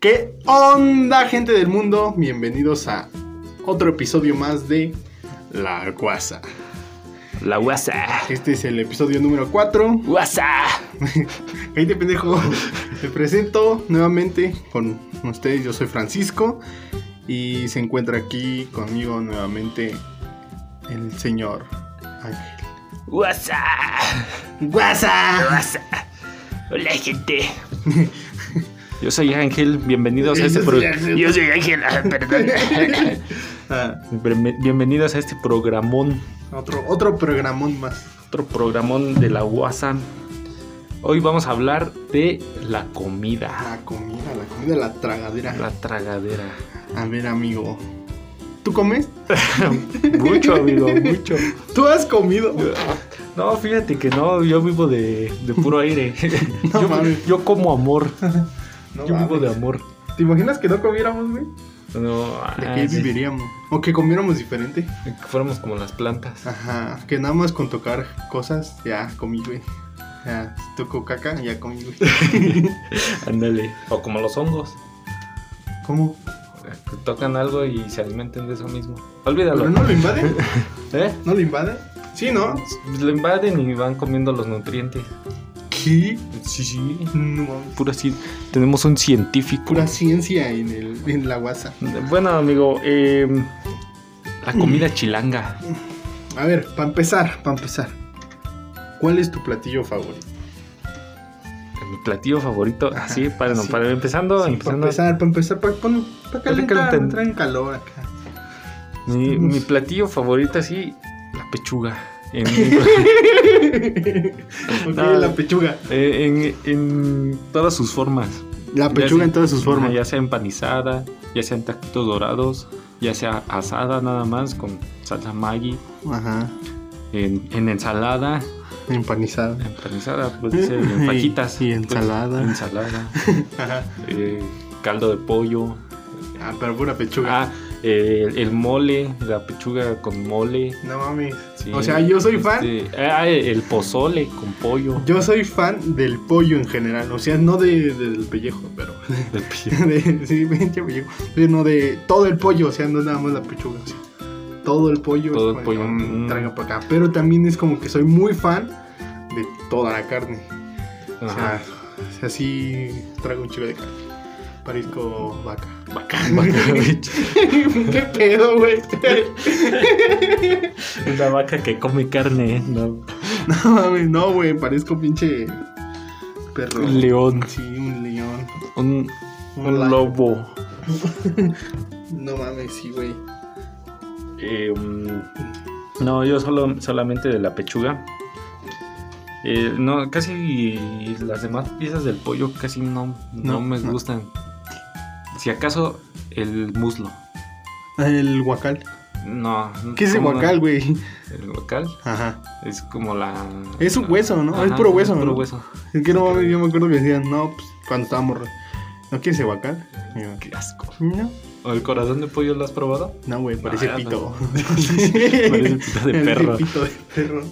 ¿Qué onda, gente del mundo? Bienvenidos a otro episodio más de La Guasa. La WhatsApp. Este es el episodio número 4. WhatsApp. Ahí te pendejo. Te presento nuevamente con ustedes. Yo soy Francisco. Y se encuentra aquí conmigo nuevamente el señor Ángel. WhatsApp. ¡Guasa! WhatsApp. Hola, gente. Yo soy Ángel, bienvenidos a este Yo soy Ángel. programa. Yo soy Ángel, ah, perdón. Ah, Bienve- Bienvenidos a este programón, otro, otro programón más. otro programón de la WhatsApp. Hoy vamos a hablar de la comida, La comida, la comida, la tragadera. la tragadera. A ver, amigo. ¿Tú comes? Mucho, amigo, mucho. ¿Tú has comido? No, fíjate que no, yo vivo de, de puro aire. No yo, mames. yo como amor, No yo vivo mames. de amor. ¿Te imaginas que no comiéramos, güey? No, ¿De ah, qué sí. viviríamos? O que comiéramos diferente. Que fuéramos como las plantas. Ajá. Que nada más con tocar cosas, ya comí, güey. Ya, si toco caca, ya comí, güey. Ándale. O como los hongos. ¿Cómo? Que tocan algo y se alimenten de eso mismo. Olvídalo. ¿Pero no lo invade? ¿Eh? ¿No lo invade? Sí, ¿no? Pues Lo invaden y van comiendo los nutrientes. ¿Qué? Sí, sí. No, mames. Pura ci- Tenemos un científico. pura ciencia en, el, en la guasa. Bueno, amigo, eh, la Mm. comida chilanga. A ver, para empezar, para empezar. ¿Cuál es tu platillo favorito? Mi platillo favorito. Ajá, Así, para, no, sí. para empezando. para empezando empezar, para empezar, para pa Para calentar, calentar. entrar en calor acá. mi, mi platillo favorito, así, la pechuga. En- ok, No. la pechuga. en- en todas sus formas. La Ya pechuga sea- en todas sus formas. Ajá, Ya sea empanizada, ya sea en taquitos dorados, ya sea asada nada más con salsa Maggi, Ajá. en, en ensalada, Empanizada. empanizada, pues dice, Y- en fajitas. y pues, ensalada. ensalada, Ajá. eh, caldo de pollo. Ah, pero pura pechuga. Ah, eh, el, el mole, la pechuga con mole. No mames. sí. O sea, yo soy fan. Este, ah, el pozole con pollo. Yo soy fan del pollo en general. O sea, no de, del pellejo, pero. Del pi- de- sí, pinche pellejo. Sino de todo el pollo. O sea, no es nada más la pechuga. o sea, todo el pollo. Todo es el como, pollo, "Mm, mm". Traiga para acá. Pero también es como que soy muy fan de toda la carne. O sea, Ajá. o sea, sí traigo un chico de carne. Parezco vaca. Bacán, bacán, bicho. ¿Qué pedo, güey? Una vaca que come carne, ¿eh? No. No mames, no, güey, parezco pinche perro. Un león, Sí, un león. un, Un un lion. lobo. No mames, sí, güey. Eh, mm, no, yo solo, solamente de la pechuga. Eh, no, casi las demás piezas del pollo casi no, no, No, me no. gustan. Si acaso el muslo. El guacal. No. ¿Qué es el ¿cómo no? guacal, güey? El guacal Ajá. es como la... Es un hueso, ¿no? Es Ajá, puro hueso, puro ¿no? hueso. Es que no mames, yo me acuerdo que decían, no, pues cuando estábamos. re- ¿No quieres el guacal? Y yo, Qué asco. No, ¿O el corazón de pollo lo has probado? no, güey, parece No, no. pito. Parece pito de Parece perro. pito de perro.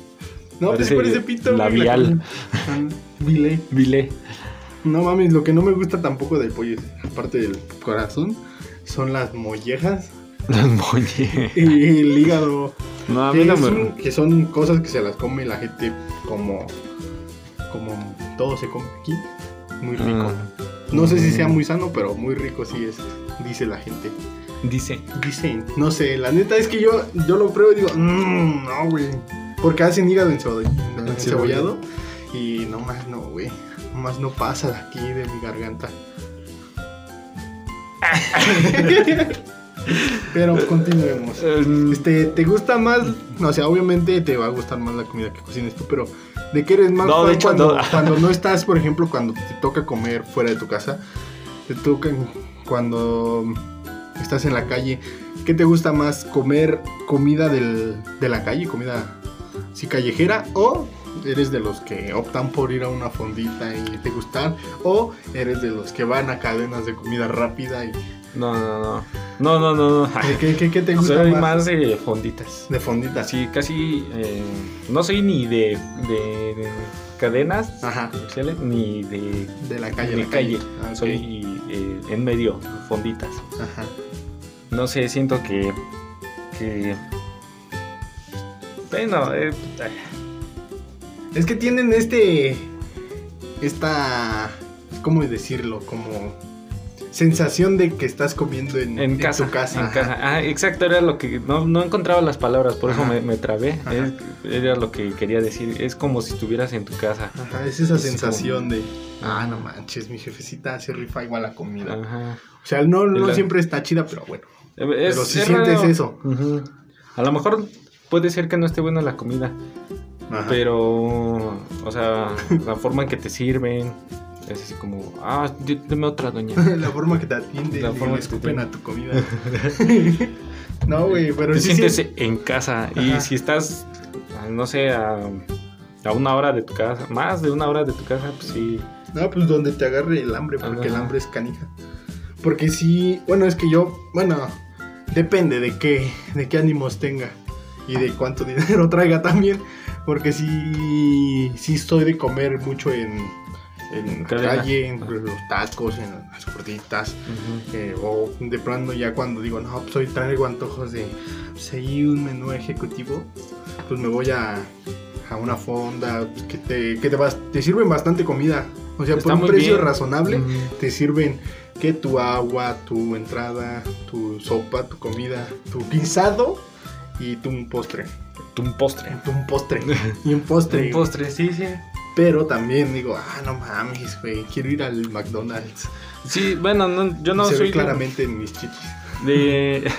No, Parece pues parece pito, güey, labial. la- Vile. Vile. No mames, lo que no me gusta tampoco del pollo, aparte del corazón, son las mollejas Las moñe. y el hígado. No, a mí que, no es me- un- que son cosas que se las come la gente como, como todo se come aquí. Muy rico. Ah, No sé si Mm. sea muy sano, pero muy rico sí es, dice la gente. dice. Dicen, no sé, la neta es que yo, yo lo pruebo y digo, "Mm, no, güey. Porque hacen hígado encebolado, encebollado y nomás no, güey. Nomás no pasa de aquí, de mi garganta. Pero continuemos. Eh, Este, ¿te gusta más? No, o sea, obviamente te va a gustar más la comida que cocines tú, pero ¿de qué eres más No, de fan hecho, cuando, no. cuando no estás, por ejemplo, cuando te toca comer fuera de tu casa? Te toca cuando estás en la calle. ¿Qué te gusta más? ¿Comer comida del- de la calle, comida sí callejera? ¿O eres de los que optan por ir a una fondita y te gustar? ¿O eres de los que van a cadenas de comida rápida y No, no, no. No, no, no, no. ¿Qué, qué, qué te gusta Soy más? más de fonditas. De fonditas. Así, casi. eh, no soy ni de, de- de cadenas Ajá. comerciales ni de, De la calle. a de la calle. Ah, ok. Soy eh, en medio, fonditas. Ajá. No sé, siento que. que bueno, eh, Es que tienen este. Esta. pues, ¿Cómo decirlo? Como. Sensación de que estás comiendo en, en tu casa. casa. en ajá. casa. Ah, exacto, era lo que. No, no encontraba las palabras, por eso Ajá. me, me trabé. Ajá. Es- era lo que quería decir. Es como si estuvieras en tu casa. Ajá, es esa Es sensación como- de. Ah, no manches, mi jefecita se rifa igual la comida. Ajá. O sea, no, no La- siempre está chida, pero bueno. Eh, Es- Pero si es sientes raro. eso. Ujú. A lo mejor puede ser que no esté buena la comida, Ajá. pero, o sea, la forma en que te sirven es así como, ah, d- deme otra doña. la forma que te atienden La y forma le que te escupen atienden. a tu comida. no, güey, pero te sí sientes sien- en casa Ajá. y si estás, no sé, a, a una hora de tu casa, más de una hora de tu casa, pues sí. No, pues donde te agarre el hambre, porque Ajá. el hambre es canija. Porque sí, bueno, es que yo, bueno, depende de qué, de qué ánimos tenga y de cuánto dinero traiga también. Porque sí, sí estoy de comer mucho en, en Cadena. calle, en Ajá. los tacos, en las gorditas. Ujú. eh, o de plano ya cuando digo, no, pues hoy traigo antojos de seguir un menú ejecutivo, pues me voy a, a una fonda pues, que, te, que te, vas- te sirven bastante comida. O sea, Está por un muy precio bien. razonable, Ujú. te sirven que tu agua, tu entrada, tu sopa, tu comida, tu guisado y tu un postre. Un postre. Tu un postre. Y un postre. Un postre, sí, sí. Pero también digo, ah, no mames, güey, quiero ir al McDonald's. Sí, bueno, no, yo no Se soy ve de- claramente en mis chichis. De.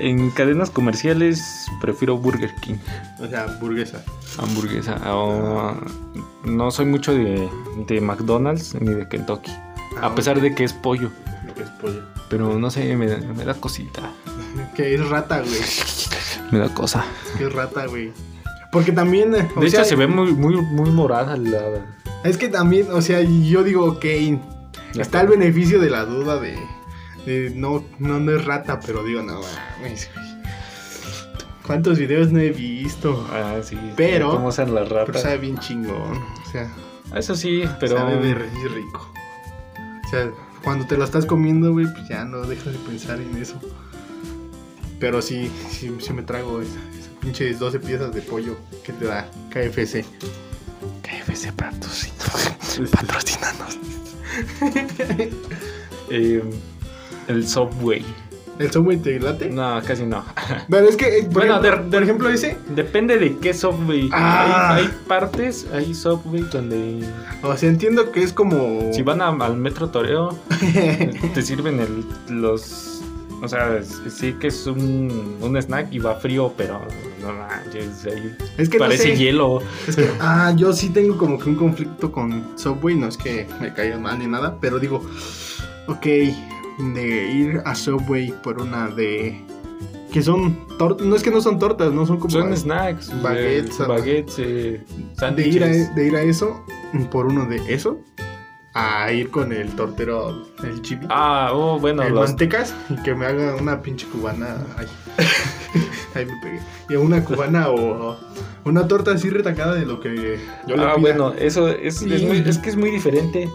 en cadenas comerciales prefiero Burger King, O sea, hamburguesa. hamburguesa. o- no soy mucho de, de McDonald's ni de Kentucky. Ah, a pesar de que es pollo. Lo que es pollo. Pero no sé, me, me da cosita. Que es rata, güey. Me da cosa. Que es rata, güey. Porque también. eh, o De hecho, sea, se ve muy, muy, muy morada la. Es que también, o sea, yo digo, ok. La está el beneficio de la duda de. de no, no, no es rata, pero digo, no mames, güey. ¿Cuántos videos no he visto? Ah, sí. Pero- ¿Cómo usan las Pero ratas? sabe bien chingón. O sea, Eso sí, pero. sabe de re- rico. O sea, cuando te la estás comiendo, güey, pues ya no dejas de pensar en eso. Pero sí, sí, sí me trago esa- esas pinches 12 piezas de pollo que te da KFC. KFC patrocina. Patrocinanos. Eh, el Subway. ¿El Subway te late? No, casi no. Pero es que, eh, por, Bueno, ejemplo, de- por ejemplo, ese. Depende de qué Subway. Ah. Hay, hay partes, hay Subway donde O sea, entiendo que es como. si van a- al metro Toreo te sirven el- los, o sea, es- sí que es un, un snack y va frío, pero no manches, ahí es que no parece sé. hielo. Es que, ah, yo sí tengo como que un conflicto con Subway. No es que me caigan mal ni nada, pero digo, ok, de ir a Subway por una de. Que son tortas. No es que no son tortas, no son como. Son snacks, Baguettes, eh, baguettes, eh, de, eh. ir a, sándwiches. de ir a eso por uno de eso. A ir con el tortero, el chibi. Ah, oh, bueno, el los- mantecas y que me haga una pinche cubana. Ay, Ay, me pegué. Y una cubana o una torta así retacada de lo que yo le ah, pida. bueno, eso es, es Sí. muy- es que es muy diferente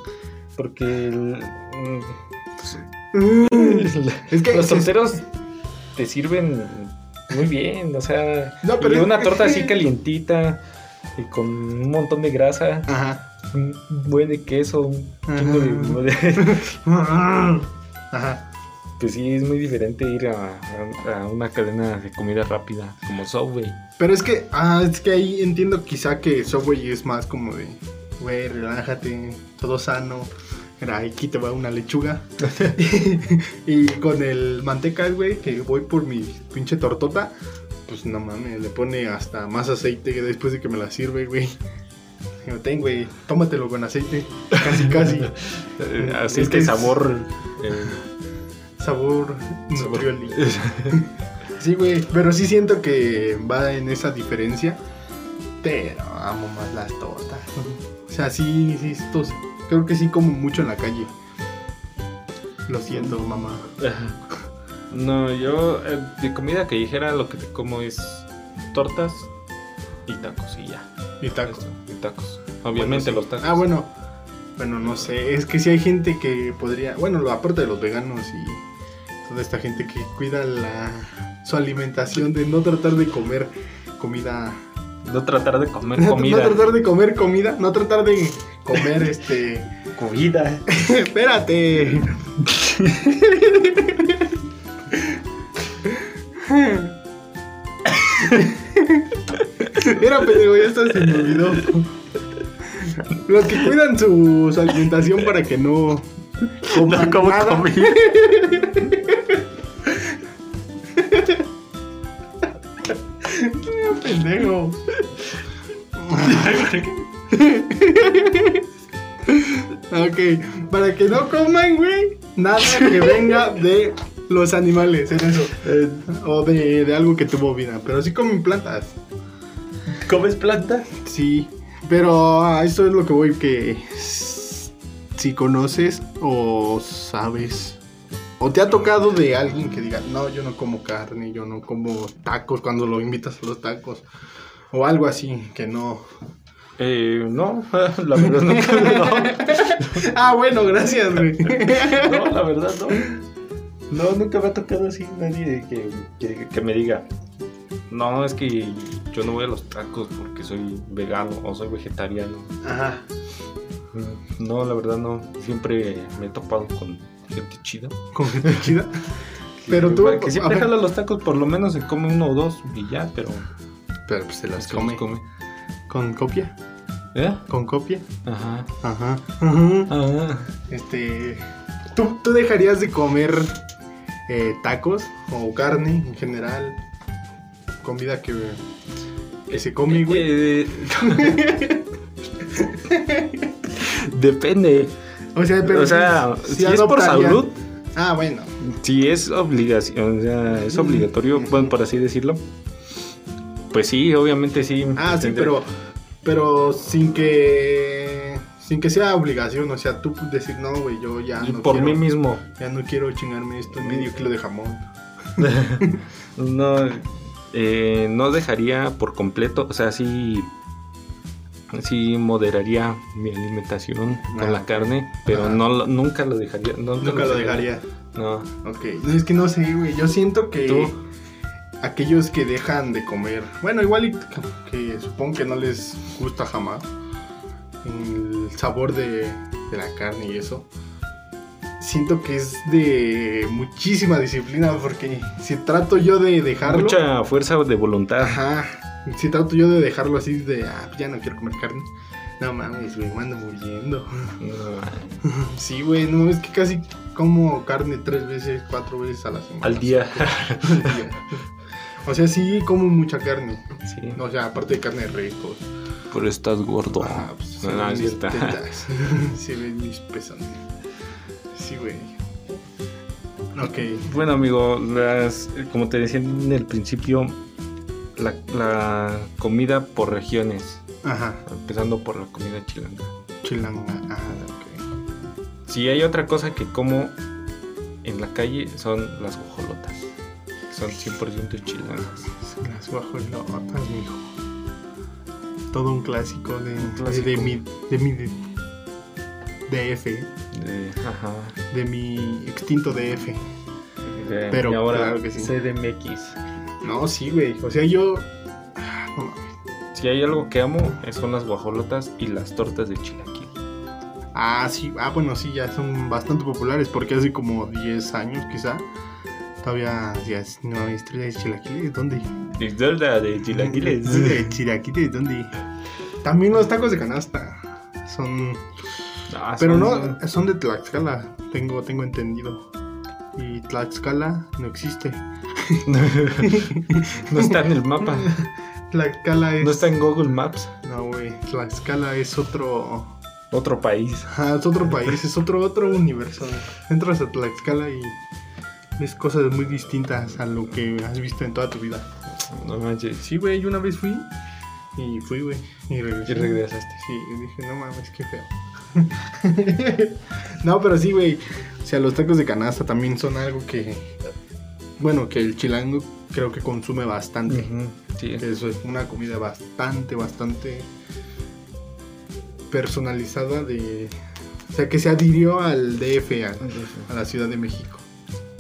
porque el- mm, Mm, Es que los se- solteros te sirven muy bien, o sea, No, pero y es- una es torta que- así calientita y con un montón de grasa, Ajá. un buen de queso, un Ajá. chingo de, de- Ajá. Pues sí, es muy diferente ir a, a- a una cadena de comida rápida como Subway. Pero es que, ah, es que ahí entiendo quizá que Subway es más como de, güey, relájate, todo sano. Mira, aquí te va una lechuga. y con el manteca, güey, que voy por mi pinche tortota, pues no mames, le pone hasta más aceite después de que me la sirve, güey. Digo, ten, güey, tómatelo con aceite. Casi, casi. Eh, Así Es es que que es- sabor... eh, Sabor sabor- nutrioli. Sí, güey, pero sí siento que va en esa diferencia. Pero amo más las tortas. O sea, sí, sí, estos. Creo que sí como mucho en la calle. Lo siento, mamá. No, yo eh, de comida callejera lo que te como es tortas y tacos y ya. Y tacos. Esto, Y tacos. Obviamente Bueno, los sí. tacos. Ah, bueno. Bueno, no sé. Es que si hay gente que podría. Bueno, lo- aparte de los veganos y toda esta gente que cuida la, su alimentación, de no tratar de comer comida. No tratar de comer No- comida. No, tratar de comer comida. No tratar de comer este. comida. Espérate. Mira, pendejo, ya hasta se me olvidó. Los que cuidan su, su alimentación para que no coman No como nada. comida. Mira, pendejo. ok, para que no coman, güey, nada que venga de los animales, en eso. Eh, o de, de algo que tuvo vida. Pero sí comen plantas. ¿Comes plantas? Sí, pero a eso es lo que voy que s- si conoces o sabes o te ha tocado de alguien que diga, "No, yo no como carne, yo no como tacos cuando lo invitas a los tacos." O algo así, que no. Eh, no, la verdad no. Ah, bueno, gracias, güey. No, no, la verdad no. No, nunca me ha tocado así nadie que, que, que me diga. No, es que yo no voy a los tacos porque soy vegano o soy vegetariano. Mm, Ajá. No, la verdad no. Siempre me he topado con gente chida. Con gente chida. Pero Que- tú Que a siempre ver, jala los tacos, por lo menos se come uno o dos y ya, pero. pero pues se las se los come. Con copia, ¿Eh? con copia. Ajá. Ajá. Ajá. Ah, Este. ¿Tú, tú dejarías de comer eh, tacos o carne en general? Comida que, que se come, güey. eh, Depende. O sea, pero. O sea, sí- sí si es por adoptarías- salud, Ah, bueno. si es obligación, o sea, es obligatorio, bueno, por así decirlo. Pues sí, obviamente sí. Ah, sí, tendré- pero. Pero sin que. Sin que sea obligación. O sea, tú decir, no, güey, yo ya Y no por quiero. mí mismo. Ya no quiero chingarme esto medio kilo de jamón. No, eh, no dejaría por completo, o sea, sí, sí moderaría mi alimentación Ah, con la ok. carne, pero Ah. no lo- nunca lo dejaría. no- Nunca lo dejaría. No, Ok. No, es que no sé, güey. Yo siento que. tú, aquellos que dejan de comer, bueno, igual y que- que supongo que no les gusta jamás el sabor de, de la carne y eso. Siento que es de muchísima disciplina porque si trato yo de dejarlo, mucha fuerza de voluntad. ajá, si trato yo de dejarlo así de, ah, ya no quiero comer carne. No mames, güey, me ando muriendo. No, Sí, güey, no, es que casi como carne tres veces, cuatro veces a la semana. al día. Al día. O sea, sí como mucha carne. Sí, No, o sea, aparte de carne de res, todo. pero estás gordo. Ah, pues, se no, no, ven es mis cierto. tetas. se ven mis pezones. Sí, güey. Ok. Bueno, amigo, las, como te decía en el principio, la, la comida por regiones, Ajá. empezando por la comida chilanga. Chilanga. Ajá, ok. Si hay otra cosa que como en la calle son las guajolotas. Son 100% chilangas. Las guajolotas, mijo. Todo un clásico de, clásico. de mi. de mi. de- DF. De- ajá. De mi extinto DF. De- Pero, y ahora claro que sí. CDMX. No, sí, güey. O sea, yo. Ah, no mames. Si hay algo que amo eh, son las guajolotas y las tortas de chilaquil. Ah, sí. Ah, bueno, sí, ya son bastante populares porque hace como 10 años, quizá. Todavía decías, no, estrella de chilaquiles, ¿dónde? Y torta de De chilaquiles, ¿dónde? También los tacos de canasta. Son. Ah, Pero son- no, son de Tlaxcala, tengo, tengo entendido. Y Tlaxcala no existe. no está en el mapa. Tlaxcala es. No está en Google Maps. No, güey. Tlaxcala es otro. Otro país. Ajá, es otro país, es otro, otro universo. Entras a Tlaxcala y ves cosas muy distintas a lo que has visto en toda tu vida. No manches. Sí, güey, yo una vez fui y fui, güey. Y regresé. Y regresaste. Sí, y dije, no mames, qué feo. no, pero sí, güey. O sea, los tacos de canasta también son algo que, bueno, que el chilango creo que consume bastante. Ujú, Sí, Que Eso es una comida bastante, bastante personalizada de... O sea, que se adhirió al DF, a, a la Ciudad de México.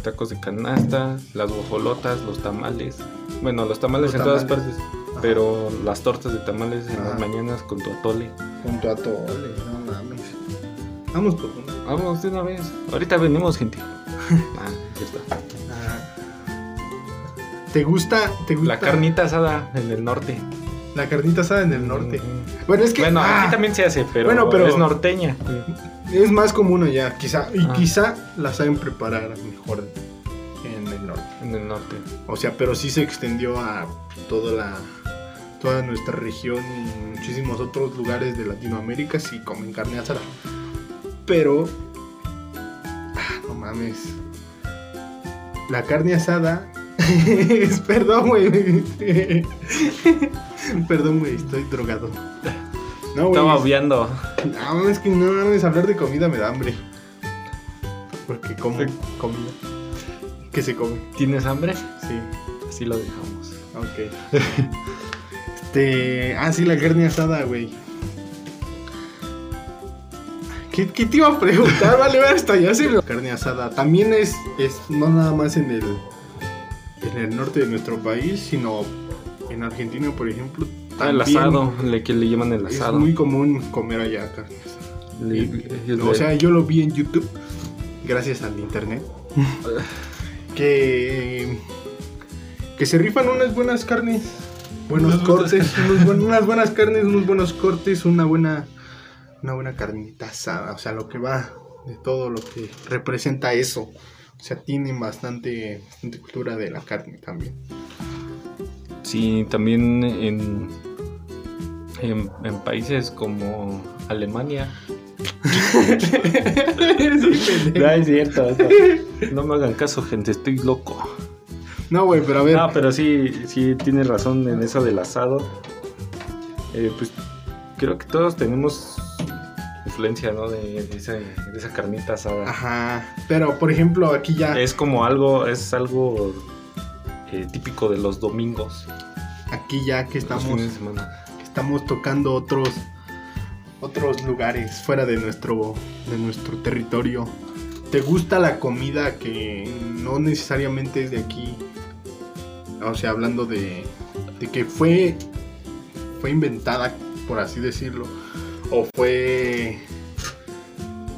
tacos de canasta, las bojolotas, los tamales. Bueno, los tamales Los en todas tamales. partes, pero las tortas de tamales en Ajá. las mañanas con tu atole. Junto a Tole, no mames. Vamos por una. Vamos de una vez. Ahorita venimos, gente. Ah, ya está. Ah. ¿Te gusta, te gusta La carnita asada en el norte. la carnita asada en el norte? Ujú. Bueno, es que Bueno, ah, aquí también se hace, pero, Bueno, pero- es norteña. es más común allá, quizá. Y Ah. quizá la saben preparar mejor en el norte. En el norte. O sea, pero sí se extendió a toda la toda nuestra región y muchísimos otros lugares de Latinoamérica sí comen carne asada. Pero ah, no mames. La carne asada es- perdón, güey. perdón, güey, estoy drogado. No, güey, Estaba es- obviando. no, es que no mames, hablar de comida me da hambre. Porque como Sí. comida. Que se come, ¿Tienes hambre? sí. Así lo dejamos. Ok. este. Ah, sí, la carne asada, güey. ¿Qué, qué te iba a preguntar? Vale, vale, hasta ya se me- Carne asada también es, es no nada más en el, en el norte de nuestro país, sino en Argentina, por ejemplo. Ah, el también asado, le, que le llaman el Es asado. muy común comer allá carne asada. Le- le- O sea, yo lo vi en YouTube, gracias al internet, que, que se rifan unas buenas carnes, buenos Unas buenas cortes, unos buen- unas buenas carnes, unos buenos cortes, una buena, una buena carnita asada, o sea, lo que va de todo lo que representa eso. O sea, tienen bastante, bastante cultura de la carne también. Sí, también en, en, en países como Alemania. No es cierto. No, me hagan caso, gente, estoy loco. No, güey, pero a ver. No, pero sí, sí tienes razón en eso del asado. Eh, pues creo que todos tenemos influencia, ¿no? De, de esa, de esa carnita asada. Ajá. Pero, por ejemplo, aquí ya. Es como algo, es algo eh, típico de los domingos. Aquí ya que estamos. Los fines de semana. estamos tocando otros otros lugares fuera de nuestro de nuestro territorio. ¿Te gusta la comida que no necesariamente es de aquí? O sea, hablando de, de que fue fue inventada, por así decirlo, o fue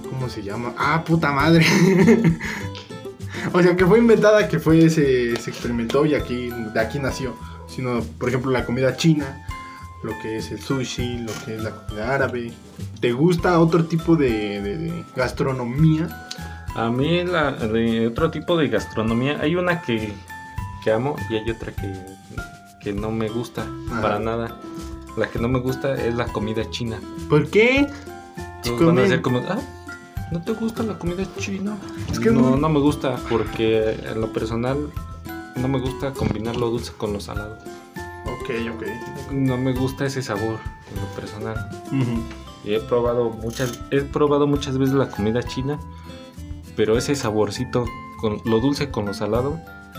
¿cómo se llama? Ah, puta madre. o sea, que fue inventada, que fue se, se experimentó y aquí de aquí nació, sino por ejemplo la comida china, lo que es el sushi, lo que es la comida árabe. ¿Te gusta otro tipo de, de- de gastronomía? A mí la, de otro tipo de gastronomía, hay una que, que amo y hay otra que, que no me gusta Ajá. para nada. La que no me gusta es la comida china. ¿Por qué? Si Todos van a comen- ser como, "Ah, ¿no te gusta la comida china? Es que es no, muy- no me gusta porque en lo personal no me gusta combinar lo dulce con lo salado. Ok, ok. No me gusta ese sabor en lo personal. Y he probado muchas, he probado muchas veces la comida china, pero ese saborcito con lo dulce con lo salado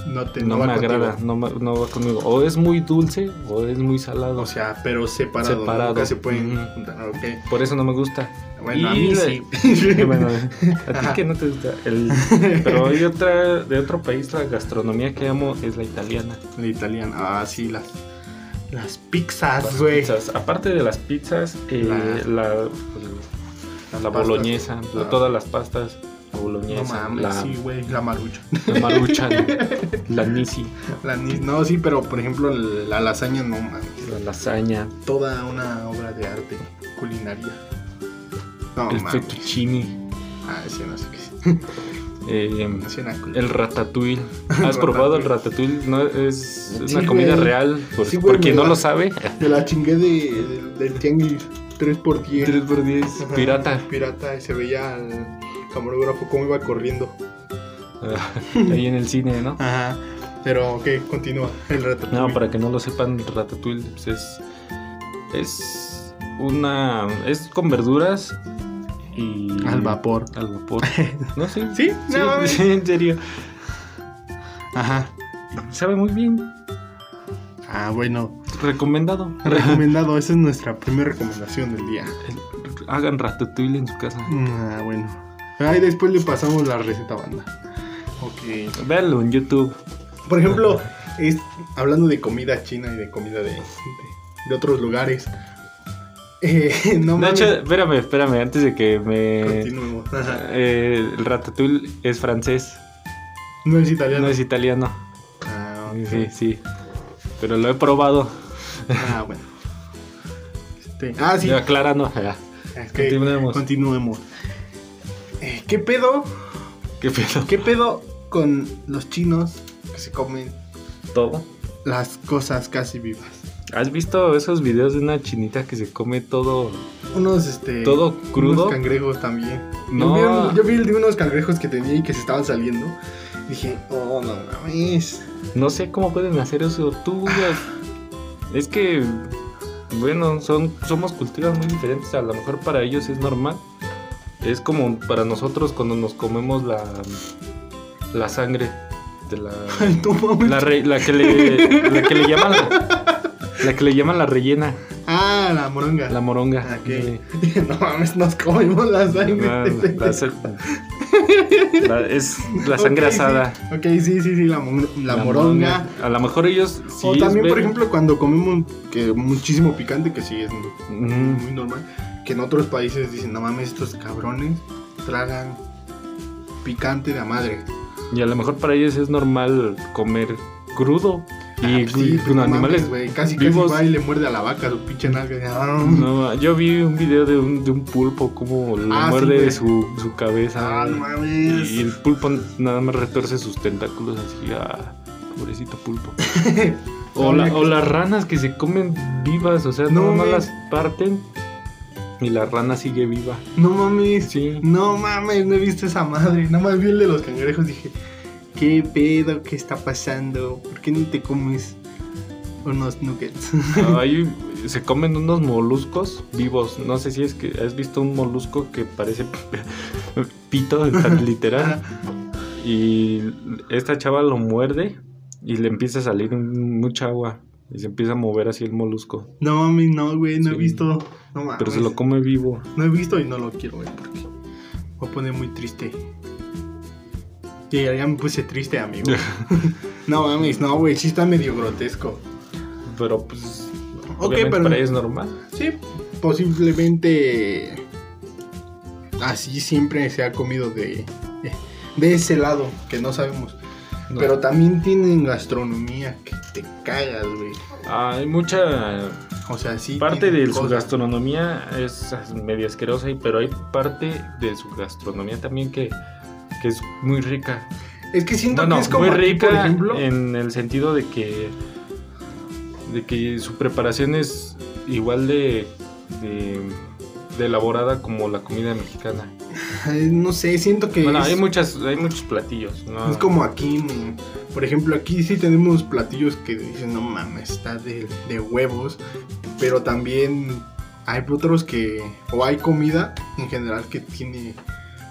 No, te, no va me contigo. agrada, no, ma- no va conmigo. O es muy dulce o es muy salado. O sea, pero separado. Separado. Nunca se pueden Ujú. juntar. Ok. Por eso no me gusta. Bueno, a Y mí la- sí. Bueno, eh. a ti que no te gusta. El- pero hay otra de otro país, la gastronomía que amo es la italiana. La italiana. Ah, sí, las, las pizzas, Las Ah, güey. pizzas. Aparte de las pizzas, eh, La- la, Las la pastas. boloñesa, la- Ah. todas las pastas, la No boloñesa, mames, la, sí, güey. La marucha. la maruchan, la nisi, La ni- no, sí, pero por ejemplo, la lasaña, no mames. la lasaña, Toda una obra de arte culinaria. No el mames. fettuccine, Ah, ese no sé qué es. eh, Ese era cool. el ratatouille. ¿Has probado el ratatouille? No, es Sí, una comida güey. real, por, Sí, por güey, quien me no la- lo sabe. Te la chingué de, del- del tianguis 3x10. 3x10, Ajá, pirata. Pirata, y se veía al camarógrafo cómo iba corriendo. Ah, ahí en el cine, ¿no? Ajá. Pero, ok, continúa el rato. No, para que no lo sepan, Ratatouille pues, es. Es una. Es con verduras y. Al vapor. Al vapor. No sé. ¿Sí? No mames. en serio. Ajá. Sabe muy bien. Ah, bueno. Recomendado. Recomendado. Esa es nuestra primera recomendación del día. Hagan ratatouille en su casa. Ah, bueno. Ahí después le pasamos la receta banda. Ok. Véanlo en YouTube. Por ejemplo, es- hablando de comida china y de comida de, de, de otros lugares. Eh, no de mames. hecho, eh, espérame, espérame, antes de que me... Continuemos. Ajá. Eh, el ratatouille es francés, No es italiano. no es italiano. Ah, ok. Sí, sí. Pero lo he probado. Ah, bueno. Este, ah, sí. Aclarando. Es que- continuemos. continuemos. Eh, ¿Qué pedo? ¿Qué pedo? ¿Qué pedo con los chinos que se comen Todo. las cosas casi vivas? ¿Has visto esos videos de una chinita que se come todo? Unos, este... ¿Todo crudo? Unos cangrejos también. No. Yo, vi un- yo vi el de unos cangrejos que tenía y que se estaban saliendo. Dije, oh, no mames. No sé cómo pueden hacer eso tú. Es que, bueno, son, somos culturas muy diferentes. A lo mejor para ellos es normal. Es como para nosotros cuando nos comemos la, la sangre de la, Ay, no mames. la, re- la que le, la que le llaman la, la que le llaman la rellena, Ah, la moronga. la moronga. Ah, ok. Dije, no mames, nos comimos la Sí. sangre. La, Ah, la sa- la- es la sangre Ok, sí. asada. Ok, sí, sí, sí, la, mon- la moronga. A lo mejor ellos sí. o es también, por ver- ejemplo, cuando comemos que muchísimo picante, que sí es muy, Ujú. muy normal, que en otros países dicen, no mames, estos cabrones tragan picante de la madre. Y a lo mejor para ellos es normal comer crudo y Ah, sí, gru- pues, con no animales. mames, güey, casi vivos. casi va y le muerde a la vaca su pinche nalga. y, "Ah, No, yo vi un video de un, de un pulpo como le Ah, sí, muerde güey. su, su cabeza. ah, no y mames. el pulpo nada más retuerce sus tentáculos así. Ah, pobrecito pulpo. o, la- o las ranas que se comen vivas, o sea, No nada más mames. las parten y la rana sigue viva. No mames. Sí. No mames, no he visto esa madre. Nada más vi el de los cangrejos. Dije, ¿qué pedo? ¿Qué está pasando? ¿Por qué no te comes unos nuggets? Ahí se comen unos moluscos vivos. No sé si es que has visto un molusco que parece pito, tan literal. Y esta chava lo muerde y le empieza a salir un- mucha agua. Y se empieza a mover así el molusco. No mames, no, güey, no he Sí. visto. No mames. Pero se lo come vivo. No he visto y no lo quiero ver porque me voy a poner muy triste. Y ya me puse triste, amigo. no mames, no, güey, sí está medio grotesco. Pero pues. Ok, obviamente pero- para ella es normal. Sí, posiblemente así siempre se ha comido de, de ese lado, que no sabemos. No. Pero también tienen gastronomía que te cagas, güey. Ah, Hay mucha. O sea, sí. Parte tienen de su cosas. gastronomía es medio asquerosa, y- pero hay parte de su gastronomía también que, que es muy rica. Es que siento Bueno, que es como muy aquí, rica por ejemplo. en el sentido de que de que su preparación es igual de, de, de elaborada como la comida mexicana. Ay, eh, No sé, siento que Bueno, es, hay muchas hay muchos platillos, ¿no? es como aquí. ¿no? Por ejemplo, aquí sí tenemos platillos que dicen, no mames, está de, de huevos. Pero también hay otros que, o hay comida en general que tiene,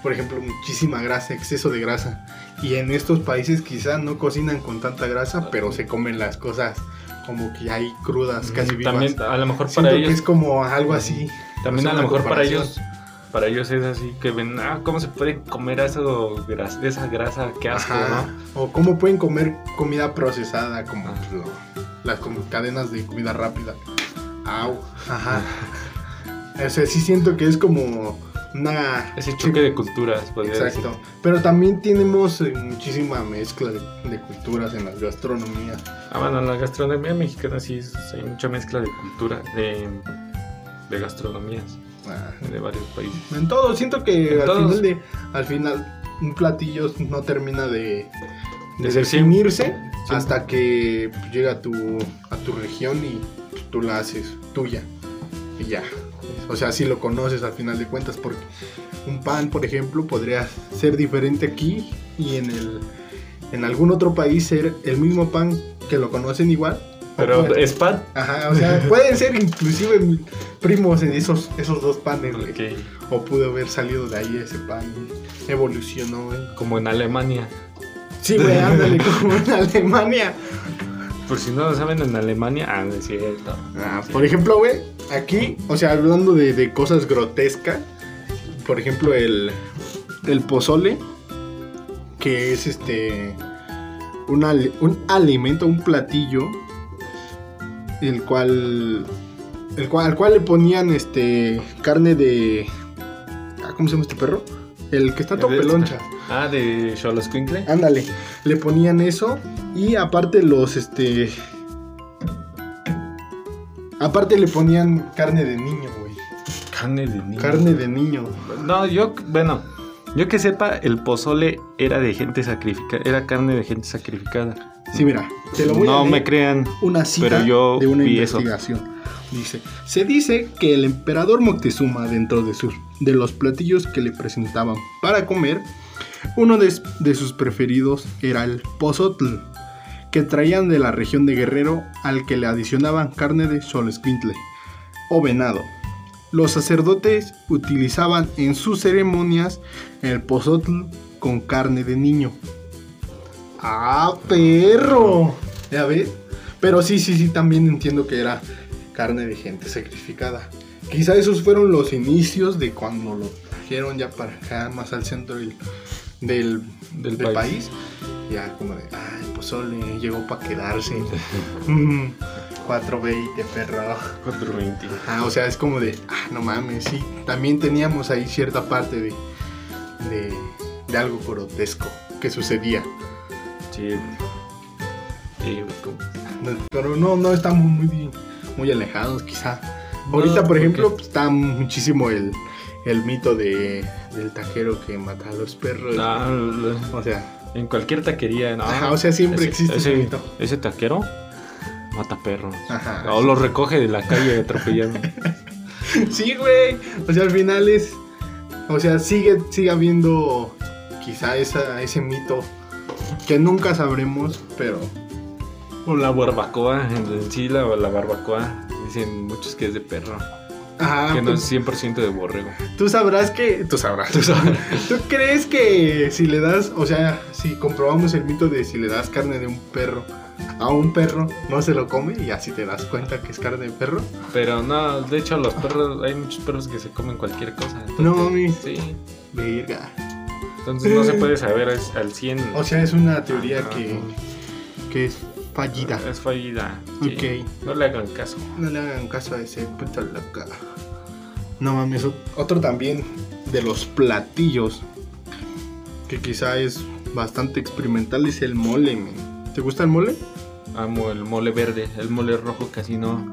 por ejemplo, muchísima grasa, exceso de grasa. Y en estos países quizás no cocinan con tanta grasa, pero se comen las cosas como que hay crudas, casi vivas. Mm, también a lo mejor siento para que ellos es como algo así. también o sea, a lo una mejor para comparación. ellos para ellos es así que ven, ah, ¿cómo se puede comer eso, gras- esa grasa? Qué asco, Ajá. ¿no? Ah. O cómo pueden comer comida procesada, como Ajá. lo- las como cadenas de comida rápida. Au. Ajá. Ah. O sea, sí siento que es como una. Ese choque de culturas, podría Exacto. decir. Pero también tenemos eh, muchísima mezcla de, de culturas en las gastronomías. Ah, bueno, en la gastronomía mexicana sí es- hay mucha mezcla de cultura, de, de gastronomías Ah, de varios países. En todo, siento que En al, todos. final de- al final un platillo no termina de, de De ser cien. definirse Sí. hasta que pues, llega a tu, a tu región y tú la haces tuya. Y ya. O sea, si lo conoces al final de cuentas, porque un pan, por ejemplo, podría ser diferente aquí y en el en algún otro país ser el mismo pan que lo conocen igual. o Pero eh, puede- es pan. Ajá, o sea, pueden ser inclusive primos en esos, esos dos panes. güey. Porque O pudo haber salido de ahí ese pan. Evolucionó, ¿eh? güey. como en Alemania. Sí, güey, ándale, como en Alemania. Por si no lo saben, en Alemania. Ah, no es cierto. Ah, por ejemplo, güey, aquí, o sea, hablando de, de cosas grotescas, por ejemplo, el, el pozole, que es este. Un, al- un alimento, un platillo, el cual, el cual. Al cual le ponían este. Carne de. ah, ¿Cómo se llama este perro? El que está todo El de- peloncha. Ah, de Charles Quincle. Ándale, le ponían eso y aparte los este aparte le ponían carne de niño, güey. Carne de niño. Carne de niño. No, yo, bueno, yo que sepa, el pozole era de gente sacrificada, era carne de gente sacrificada. Sí, mira, te lo voy no a leer me crean. una cita pero yo de una vi eso. investigación. Dice, se dice que el emperador Moctezuma dentro de sus de los platillos que le presentaban para comer, uno de, de sus preferidos era el pozotl, que traían de la región de Guerrero al que le adicionaban carne de solescuintle o venado. Los sacerdotes utilizaban en sus ceremonias el pozotl con carne de niño. ¡Ah, perro! Ya ves. Pero sí, sí, sí, también entiendo que era carne de gente sacrificada. Quizá esos fueron los inicios de cuando lo trajeron ya para acá, más al centro del, del, Del del país. país. Ya como de, ay, pues solo llegó para quedarse. Mm, 420, perro. 420. Ah, o sea, es como de, ah, no mames, sí. También teníamos ahí cierta parte de, de, de algo grotesco que sucedía. Sí. eh, Sí, como- No, Pero no, no estamos muy, muy alejados, quizá. Ahorita, No, por porque- ejemplo, pues, está muchísimo el, el mito de, del tajero que mata a los perros. No, lo- O sea, en cualquier taquería, no. Ah, Ajá, o sea, siempre existe ese ese, mito. ese taquero mata perros. ajá. O los recoge de la calle atropellando. Sí, güey. O sea, al final es. O sea, sigue, sigue habiendo quizá esa, ese mito que nunca sabremos, pero. o la barbacoa, en en sí, la, la barbacoa. Dicen muchos que es de perro. Ajá, pues, que no tú, es 100% de borrego. tú sabrás que. Tú sabrás. Tú, sabrás. ¿Tú crees que si le das. O sea, si comprobamos el mito de si le das carne de un perro a un perro, no se lo come y así te das cuenta que es carne de perro? Pero no, de hecho los perros, hay muchos perros que se comen cualquier cosa. entonces- No, mami. Sí, Verga. entonces no se puede saber es- al 100. O sea, es una teoría Ajá. que, que es fallida. Es fallida. sí. Ok. No le hagan caso. No le hagan caso a ese puto loca. No mames, ot- otro también de los platillos que quizá es bastante experimental es el mole, men. ¿Te gusta el mole? Amo el mole verde, el mole rojo casi no.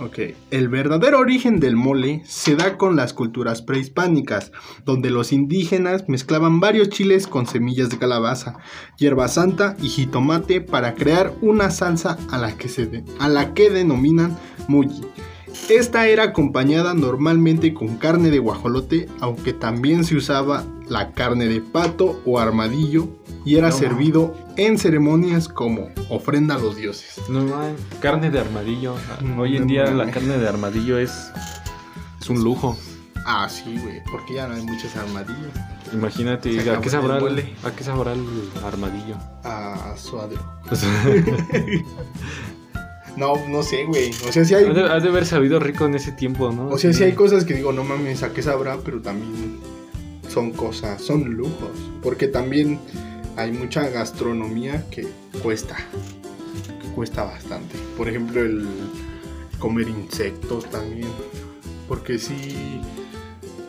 Ok. El verdadero origen del mole se da con las culturas prehispánicas, donde los indígenas mezclaban varios chiles con semillas de calabaza, hierba santa y jitomate para crear una salsa a la que, se de- a la que denominan muyi. Esta era acompañada normalmente con carne de guajolote, aunque también se usaba la carne de pato o armadillo y era No, ma. servido en ceremonias como ofrenda a los dioses. No man, carne de armadillo. Mm, Hoy en no día la mames. carne de armadillo es es un lujo. Ah, sí, güey, porque ya no hay muchas armadillas. Imagínate, Se ¿a qué acabó sabrá el el, mole. a qué sabrá el armadillo? Ah, suave. No, no sé, güey. O sea, si has, hay, de, has de haber sabido rico en ese tiempo, ¿no? Eh, o sea, sí hay cosas que digo, no mames, ¿a qué sabrá? Pero también son cosas, son lujos. Porque también hay mucha gastronomía que cuesta. Que cuesta bastante. Por ejemplo, el comer insectos también. Porque sí.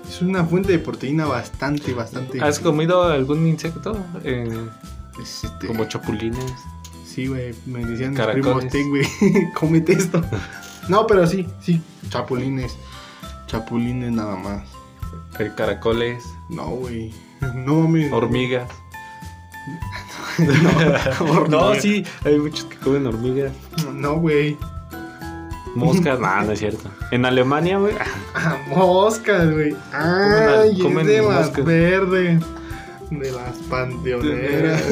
Es una fuente de proteína bastante, bastante. ¿Has comido algún insecto? Eh, este, Como chapulines. Sí, güey, me decían mis primos, Caracoles. ten, güey, cómete esto. No, pero sí, sí, chapulines. Chapulines nada más. eh, Caracoles, No, güey. No mames. hormigas. No, No, sí, hay muchos que comen hormigas. No, güey. Moscas, no, no es cierto. En Alemania, güey, Ah, moscas, güey. al- Ay, es comen de las moscas. verdes. De las panteoneras.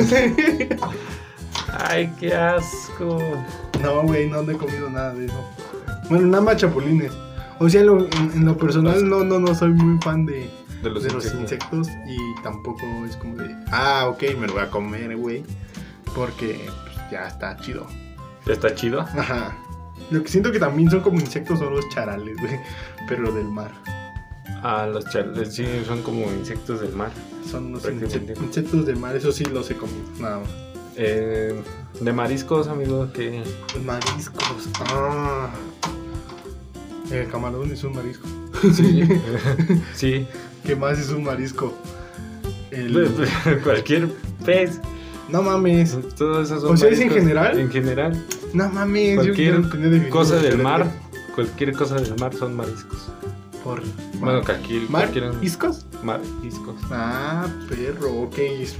ay, qué asco. no, güey, no, no he comido nada de eso. Bueno, nada más chapulines. O sea, en lo, en lo personal no, no, no soy muy fan de, De los, de los insectos. insectos y tampoco es como de, ah, ok, me lo voy a comer, güey, porque pues, ya está chido. Está chido. Ajá. Lo que siento que también son como insectos son los charales, güey, pero del mar. Ah, los charles, sí, son como insectos del mar. Son los Prácticamente. inse- insectos del mar, eso sí los he comido, nada más. Eh, de mariscos, amigos, que Mariscos, ah. El camarón es un marisco. sí, sí, ¿Qué más es un marisco? Pues, El... cualquier pez, No mames, todos esos son O sea, ¿es en mariscos. general? En general, no mames. yo Pues, Cualquier quiero tener definición cosa del diferente. mar, cualquier cosa del mar son mariscos. Por... Bueno, cualquier, ¿Mar? cualquier ¿Iscos? mariscos. Ah, perro, ok. este.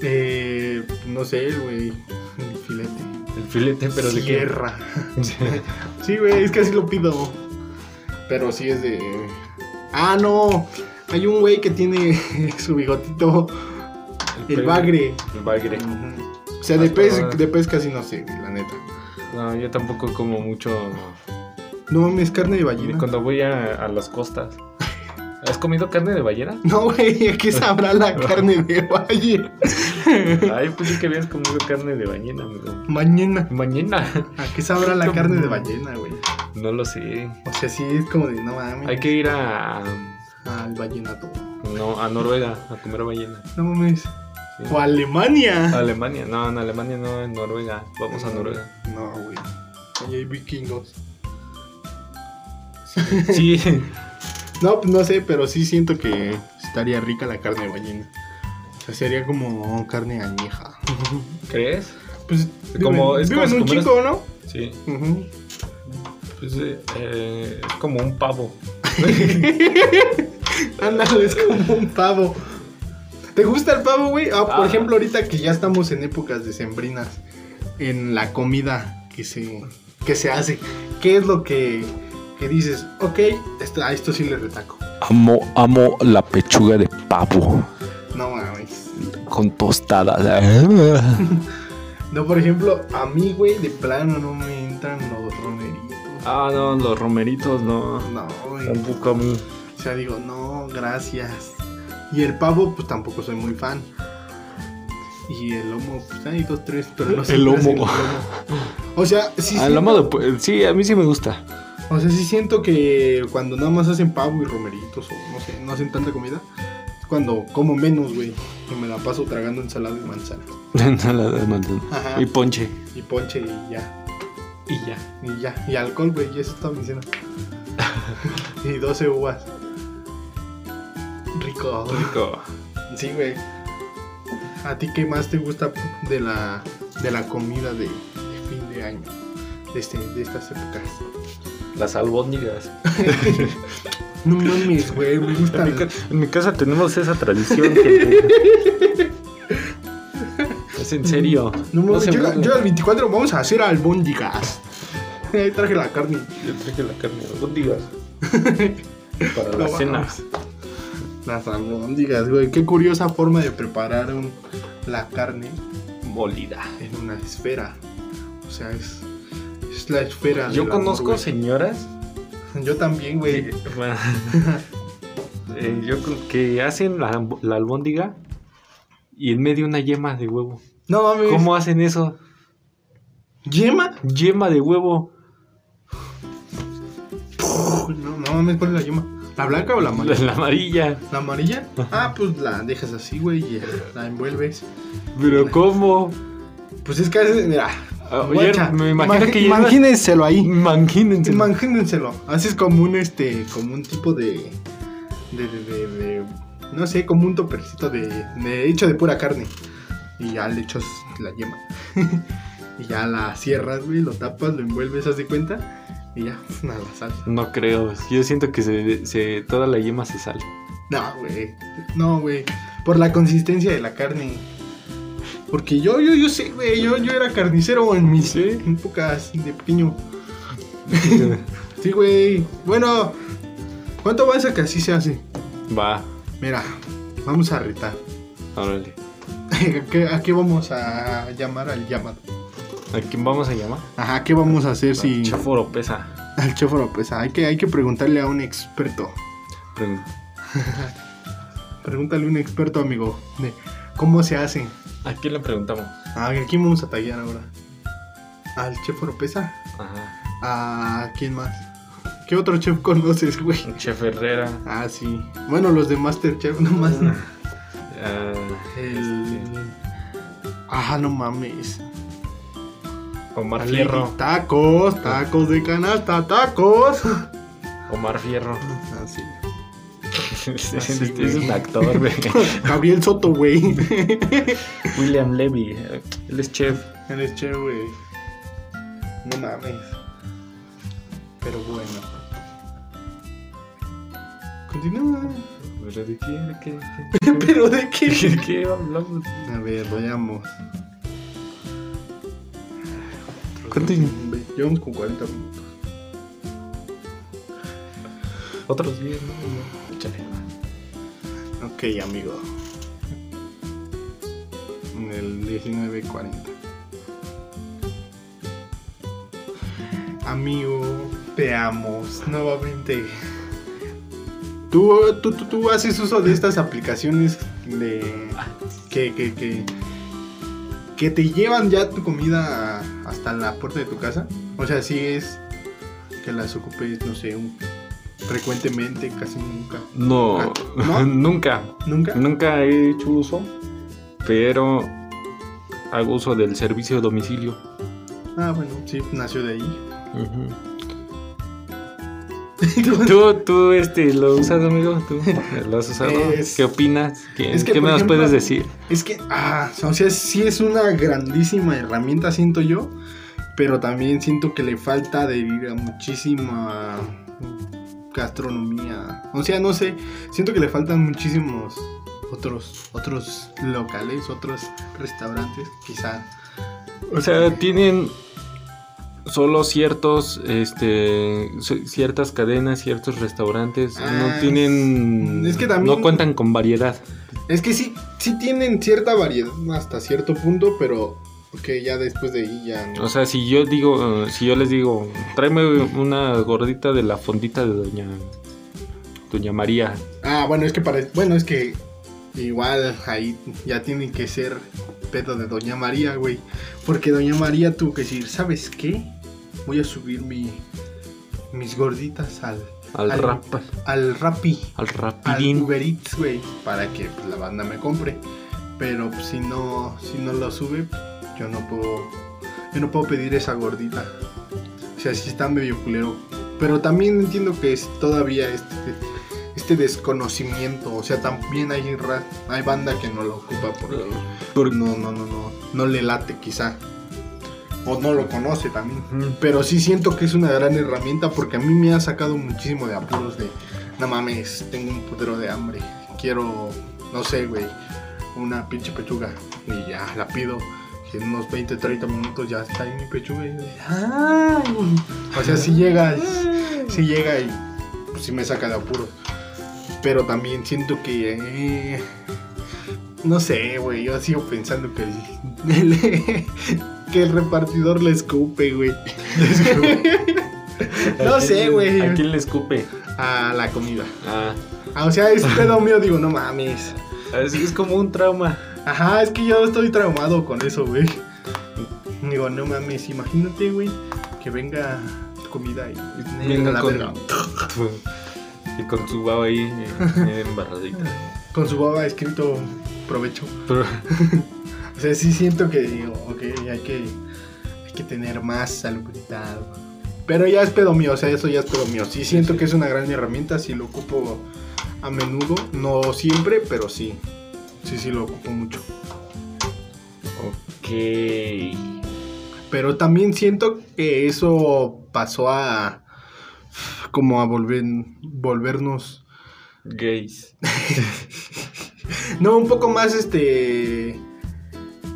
Eh, no sé, güey. El filete. El filete, pero de qué? Sierra. Sí, güey, es que así lo pido. Pero sí es de. Ah, no. Hay un güey que tiene su bigotito. El pez- bagre. El bagre. Ujú. O sea, de Ah, pez, cabrón. de pez casi no sé, güey, la neta. No, yo tampoco como mucho. No mames, carne de Y ballena. Cuando voy a, a las costas. ¿Has comido carne de ballena? No, güey, ¿a qué sabrá la carne de ballena? Ay, pues sí que habías comido carne de ballena, amigo. Mañana. Mañana. ¿A qué sabrá la carne de ballena, güey? No lo sé. O sea, sí es como de no mames. Hay que ir a. Al vallenato. No, a Noruega a comer ballena. No mames. Sí. O a A Alemania. Alemania. No, en Alemania no, en Noruega. Vamos a Noruega. No, güey. Ahí hay vikingos. Sí. No, pues no sé, pero sí siento que estaría rica la carne de ballena. O sea, sería como carne añeja. ¿Crees? Pues Como- viven- es como viven si un comieras- chico, ¿no? Sí. Ujú. Pues, eh, eh, es como un pavo. Ándale, es como un pavo. ¿Te gusta el pavo, güey? Ah, por Ah. ejemplo, ahorita que ya estamos en épocas decembrinas, en la comida que se, que se hace, ¿qué es lo que, que dices? Ok, esto- a esto sí le retaco. Amo, amo la pechuga de pavo No mames. con tostadas. No, por ejemplo, a mí, güey, de plano no me entran los romeritos. Ah, no, los romeritos no. No, güey. Tampoco a mí. O sea, digo, no, gracias. Y el pavo, pues tampoco soy muy fan. Y el lomo, pues hay dos, tres, pero no El siempre lomo. hacen O sea, sí, Al siento- lomo de pue- sí, a mí sí me gusta. o sea, sí siento que cuando nada más hacen pavo y romeritos o no sé, no hacen tanta comida, es cuando como menos, güey. Y me la paso tragando ensalada y manzana. Ensaladas, manzana. Ajá. y ponche. Y ponche y ya. Y ya. Y ya. Y alcohol, güey. Y eso está mi cena. y 12 uvas. Rico. Rico. Sí, güey. ¿A ti qué más te gusta de la, de la comida de, de fin de año? De, este- de estas épocas. Las albóndigas. No mames, güey, me En mi, gustan. ca- en mi casa tenemos esa tradición. gente. es en serio. No mames, se yo, burlen. yo al 24 vamos a hacer albóndigas. Ahí traje la carne. Yo traje la carne de albóndigas. Para No la mames. cena. Las albóndigas, güey. Qué curiosa forma de preparar un- la carne Molida. en una esfera. O sea, es, es la esfera. Yo del amor, conozco güey. señoras Yo también, güey. que, bueno, eh, yo con- que hacen la, amb- la albóndiga y en medio una yema de huevo. No mames. ¿Cómo hacen eso? ¿Yema? Yema de huevo. No, no mames, ¿cuál es la yema? ¿La blanca o la amarilla? La, la amarilla. ¿La amarilla? Ah, pues la dejas así, güey, y la envuelves. Pero ¿cómo? Pues es que a veces, mira. Ah, oye, guacha, me imagino imagi- que lleva- Imagínenselo ahí. Imagínense. Imagínenselo. Así es como un este. Como un tipo de. De, de, de, de- no sé, como un topercito de, de hecho de pura carne. Y ya le echas la yema. y ya la cierras, güey, lo tapas, lo envuelves, haz de cuenta. Y ya, nada, salsa. No creo, yo siento que se, se- toda la yema se sale. No, güey. No, güey. Por la consistencia de la carne. Porque yo, yo, yo sé, güey. Yo, yo era carnicero en mis Sí. épocas de pequeño. Sí, güey. Bueno, ¿cuánto vas a que así se hace? Va, Mira, vamos a retar. órale. ¿A qué, a qué vamos a llamar al llamado? ¿A quién vamos a llamar? Ajá, ¿qué vamos a hacer si. Chaforo pesa. Al chef Oropesa. hay que, hay que preguntarle a un experto. Pero- Pregúntale a un experto, amigo, de cómo se hace. ¿A quién le preguntamos? Ah, ¿A quién vamos a tallar ahora? ¿Al chef Oropesa? Ajá. ¿A quién más? ¿Qué otro chef conoces, güey? Chef Herrera. Ah, sí. Bueno, los de Masterchef nomás. ah, este, El... Ah, no mames. Omar Aleli, Fierro. Tacos, tacos de canasta, tacos. Omar Fierro. Ah, sí. es, Así, es- güey. es un actor, güey. Gabriel Soto, güey. William Levy. eh, Él es chef. Eres che, güey. No mames. Pero bueno. Continúa. ¿Pero de qué? ¿De qué? ¿De ¿Pero de qué? qué? ¿De qué hablamos? A ver, vayamos. Continúa. Llevamos con 40 minutos. Otros 10, ¿no? No, chale. Ok, amigo. El 1940. Amigo, te amo nuevamente. Tú, tú, tú, tú haces uso de estas aplicaciones de que, que, que, que te llevan ya tu comida a- hasta la puerta de tu casa. O sea, si es que las ocupes, no sé, un- frecuentemente, casi nunca. No, Ah, ¿No? nunca. ¿Nunca? Nunca he hecho uso, pero hago uso del servicio de domicilio. Ah, bueno, sí, nació de ahí. ¿Tú, tú, este, lo usas, amigo? ¿Tú lo has usado? Es- ¿Qué opinas? ¿Qué, es que, qué por me nos ejemplo, puedes decir? Es que, ah, o sea, sí es una grandísima herramienta, siento yo, pero también siento que le falta de ir a muchísima gastronomía. O sea, no sé, siento que le faltan muchísimos otros, otros locales, otros restaurantes, quizá. O sea, tienen solo ciertos, este, ci- ciertas cadenas, ciertos restaurantes. Ah, no tienen, es que también- no cuentan con variedad. Es que sí, sí tienen cierta variedad hasta cierto punto, pero que ya después de ahí ya no. O sea, si yo digo, eh, si yo les digo, tráeme una gordita de la fondita de doña, doña María, Ah, bueno, es que para, bueno, es que igual ahí ya tienen que ser pedo de Doña María, güey, porque Doña María tuvo que decir, ¿sabes qué? Voy a subir mi mis gorditas al al Al- rap, al Rappi, al al rapidín. Uber Eats, güey, para que pues, la banda me compre. Pero pues, si no si no lo sube, yo no puedo yo no puedo pedir esa gordita. O sea, sí está medio culero. Pero también entiendo que es todavía este, este desconocimiento. O sea, también hay, ra- hay banda que no lo ocupa porque Por- no, no, no, no, no le late quizá. O no lo conoce también. Pero sí siento que es una gran herramienta porque a mí me ha sacado muchísimo de apuros de, no mames, tengo un putero de hambre. Quiero, no sé, güey, una pinche pechuga. Y ya, la pido. Y en unos 20, 30 minutos ya está ahí mi pechuga. Y yo de, "Ay". O sea, si llega, si llega y pues, sí me saca de apuros. Pero también siento que... eh, no sé, güey, yo sigo pensando que el, que el repartidor le escupe, güey. no ¿A quién- sé, güey. ¿A quién le escupe? A la comida. Ah, Ah, o sea, es pedo mío, digo, no mames. es, es como un trauma. Ajá, es que yo estoy traumado con eso, güey. Digo, no mames, imagínate, güey, que venga tu comida y Venga la con, verga. y con su baba ahí eh, embarradita. con su baba escrito provecho. Pero- O sea, sí siento que digo, ok, hay que, hay que tener más salubridad. Pero ya es pedo mío, o sea, eso ya es pedo mío. Sí siento que es una gran herramienta, sí lo ocupo a menudo, no siempre, pero sí. Sí, sí lo ocupo mucho. ok. Pero también siento que eso pasó a como a volver, volvernos Gays. no un poco más este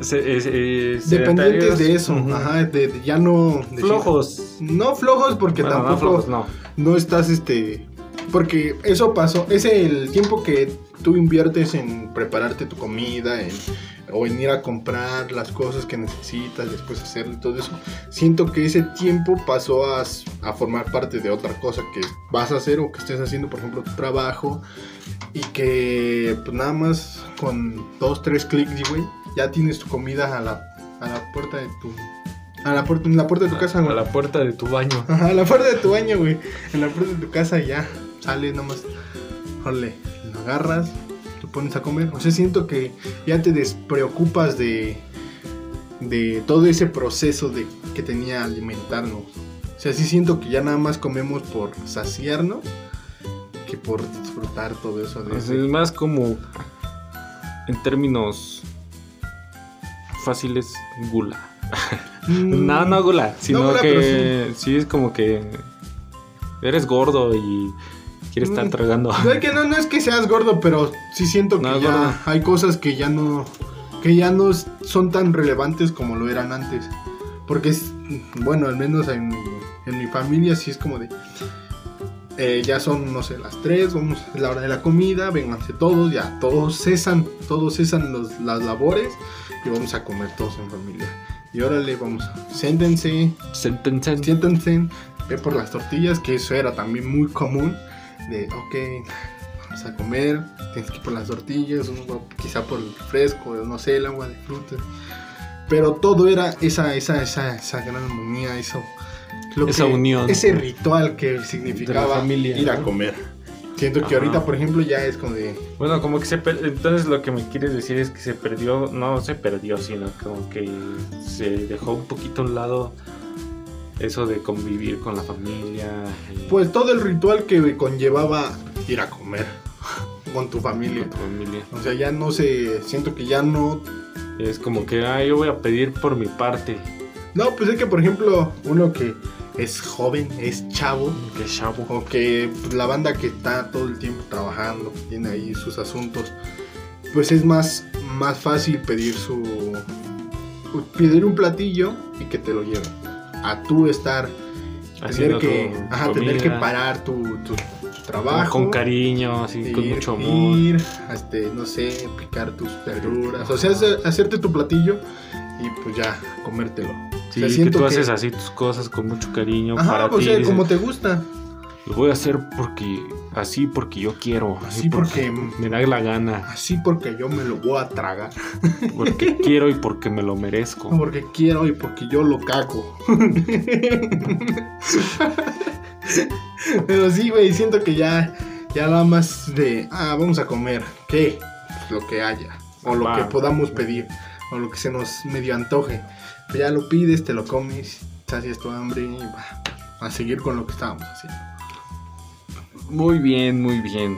Se- es- es- dependientes de sedentarios. eso, Ujú. ajá, de, de ya no decir- Flojos. No flojos porque Bueno, tampoco no, flojos, no. no estás este porque eso pasó es el tiempo que tú inviertes en prepararte tu comida en o venir a comprar las cosas que necesitas, después hacerlo y todo eso, siento que ese tiempo pasó a, a formar parte de otra cosa que vas a hacer o que estés haciendo, por ejemplo, tu trabajo y que pues nada más con dos, tres clics, güey, ya tienes tu comida a la, a la puerta de tu... A la puerta, en la puerta de tu casa, A güey. la puerta de tu baño. Ajá, a la puerta de tu baño, güey. En la puerta de tu casa y ya. Sale nomás. Jole, lo agarras, lo pones a comer. O sea, siento que ya te despreocupas de, de todo ese proceso de, que tenía alimentarnos. O sea, sí siento que ya nada más comemos por saciarnos que por disfrutar todo eso. De Es ese- más como en términos fáciles, gula. Mm, No, no gula, sino gula, pero que sí. es como que eres gordo y quieres estar Mm. tragando. No, es que no, no es que seas gordo, pero sí siento que No, ya gordo. hay cosas que ya no que ya no son tan relevantes como lo eran antes. Porque es bueno, al menos en mi, en mi familia sí es como de eh, ya son, no sé, las 3, vamos, es la hora de la comida, vénganse todos, ya todos cesan, todos cesan los- las labores y vamos a comer todos en familia. Y órale, vamos, séntense, Sentencen. siéntense, ve por las tortillas, que eso era también muy común, de, ok, vamos a comer, tienes que ir por las tortillas, uno va quizá por el fresco, no sé, el agua de fruta, pero todo era esa, esa, esa, esa gran armonía, eso, lo Esa unión. ese ritual que significaba familia, ir a ¿no? comer. Siento que Ajá. ahorita, por ejemplo, ya es como de, Bueno, como que se per- entonces lo que me quieres decir es que se perdió, no se perdió, sino como que se dejó un poquito a un lado eso de convivir con la familia. y- pues todo el ritual que conllevaba ir a comer con tu familia. con tu familia. O sea, ya no se, siento que ya no Es como que, ah, yo voy a pedir por mi parte. No, pues es que, por ejemplo, uno que es joven, es chavo, Qué chavo. o que pues, la banda que está todo el tiempo trabajando, que tiene ahí sus asuntos, pues es más, más fácil pedir su. pedir un platillo y que te lo lleven. A tú estar, tener Haciendo que, tu ajá, tener que comida, parar tu, tu- tu trabajo. Con cariño, así, con ir- mucho amor. ir, este, no sé, picar tus verduras, o sea, hacer- hacerte tu platillo y pues ya, comértelo. Sí, O sea, que siento tú que- haces así tus cosas con mucho cariño Ajá, pues, para o ti. sea, dices, como te gusta. Lo voy a hacer porque, así porque yo quiero. Así porque, me da la gana. así porque yo me lo voy a tragar. Porque quiero y porque me lo merezco. Porque quiero y porque yo lo cago. Pero sí, güey, siento que ya, ya nada más de, ah, vamos a comer. ¿Qué? Pues Lo que haya. O lo Va. que podamos pedir. O lo que se nos medio antoje. Pero ya lo pides, te lo comes, sacias tu hambre y va. A seguir con lo que estábamos haciendo. Muy bien, muy bien.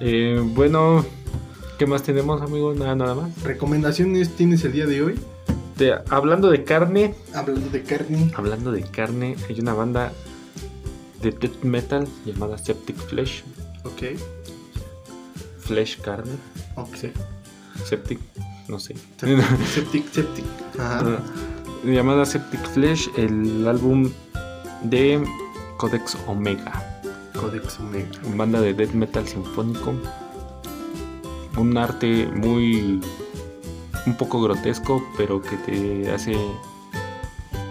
Eh, bueno, ¿qué más tenemos, amigo? Nada, nada más. ¿Recomendaciones tienes el día de hoy? Te- hablando de carne, Hablando de carne. hablando de carne, hay una banda de death metal llamada Septic Flesh. Ok, Flesh carne. ok. Septic, no sé. Septic, septic, septic. Ajá. Ah. llamada Septic Flesh, el álbum de Codex Omega, Codex Omega. banda de death metal sinfónico. Un arte muy. un poco grotesco, pero que te hace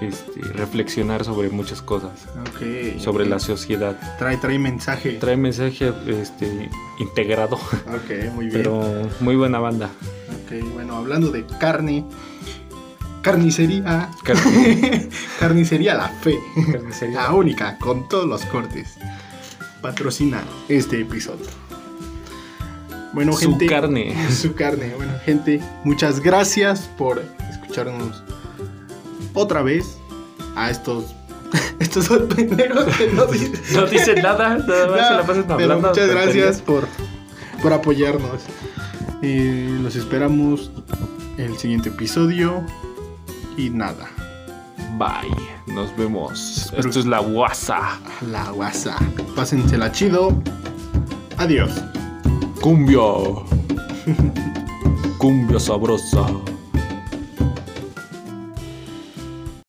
este, reflexionar sobre muchas cosas, Ok. sobre la sociedad. Trae, trae mensaje. Trae mensaje este, integrado, ok, muy bien. pero muy buena banda. Ok, bueno, hablando de carne. Carnicería. Carne- carnicería La Fe. carnicería. La única, con todos los cortes. Patrocina este episodio. Bueno, Su gente. carne. Su carne. Bueno, gente, muchas gracias por escucharnos otra vez a estos. Estos son pendejos que no dicen. No dice nada, nada más se la pasan Pero hablando muchas tonterías. gracias por, por apoyarnos. Y los esperamos en el siguiente episodio. Y nada, Bye. Nos vemos. Espero- Esto es la guasa. la guasa. Pásensela chido. Adiós. Cumbia. Cumbia sabrosa.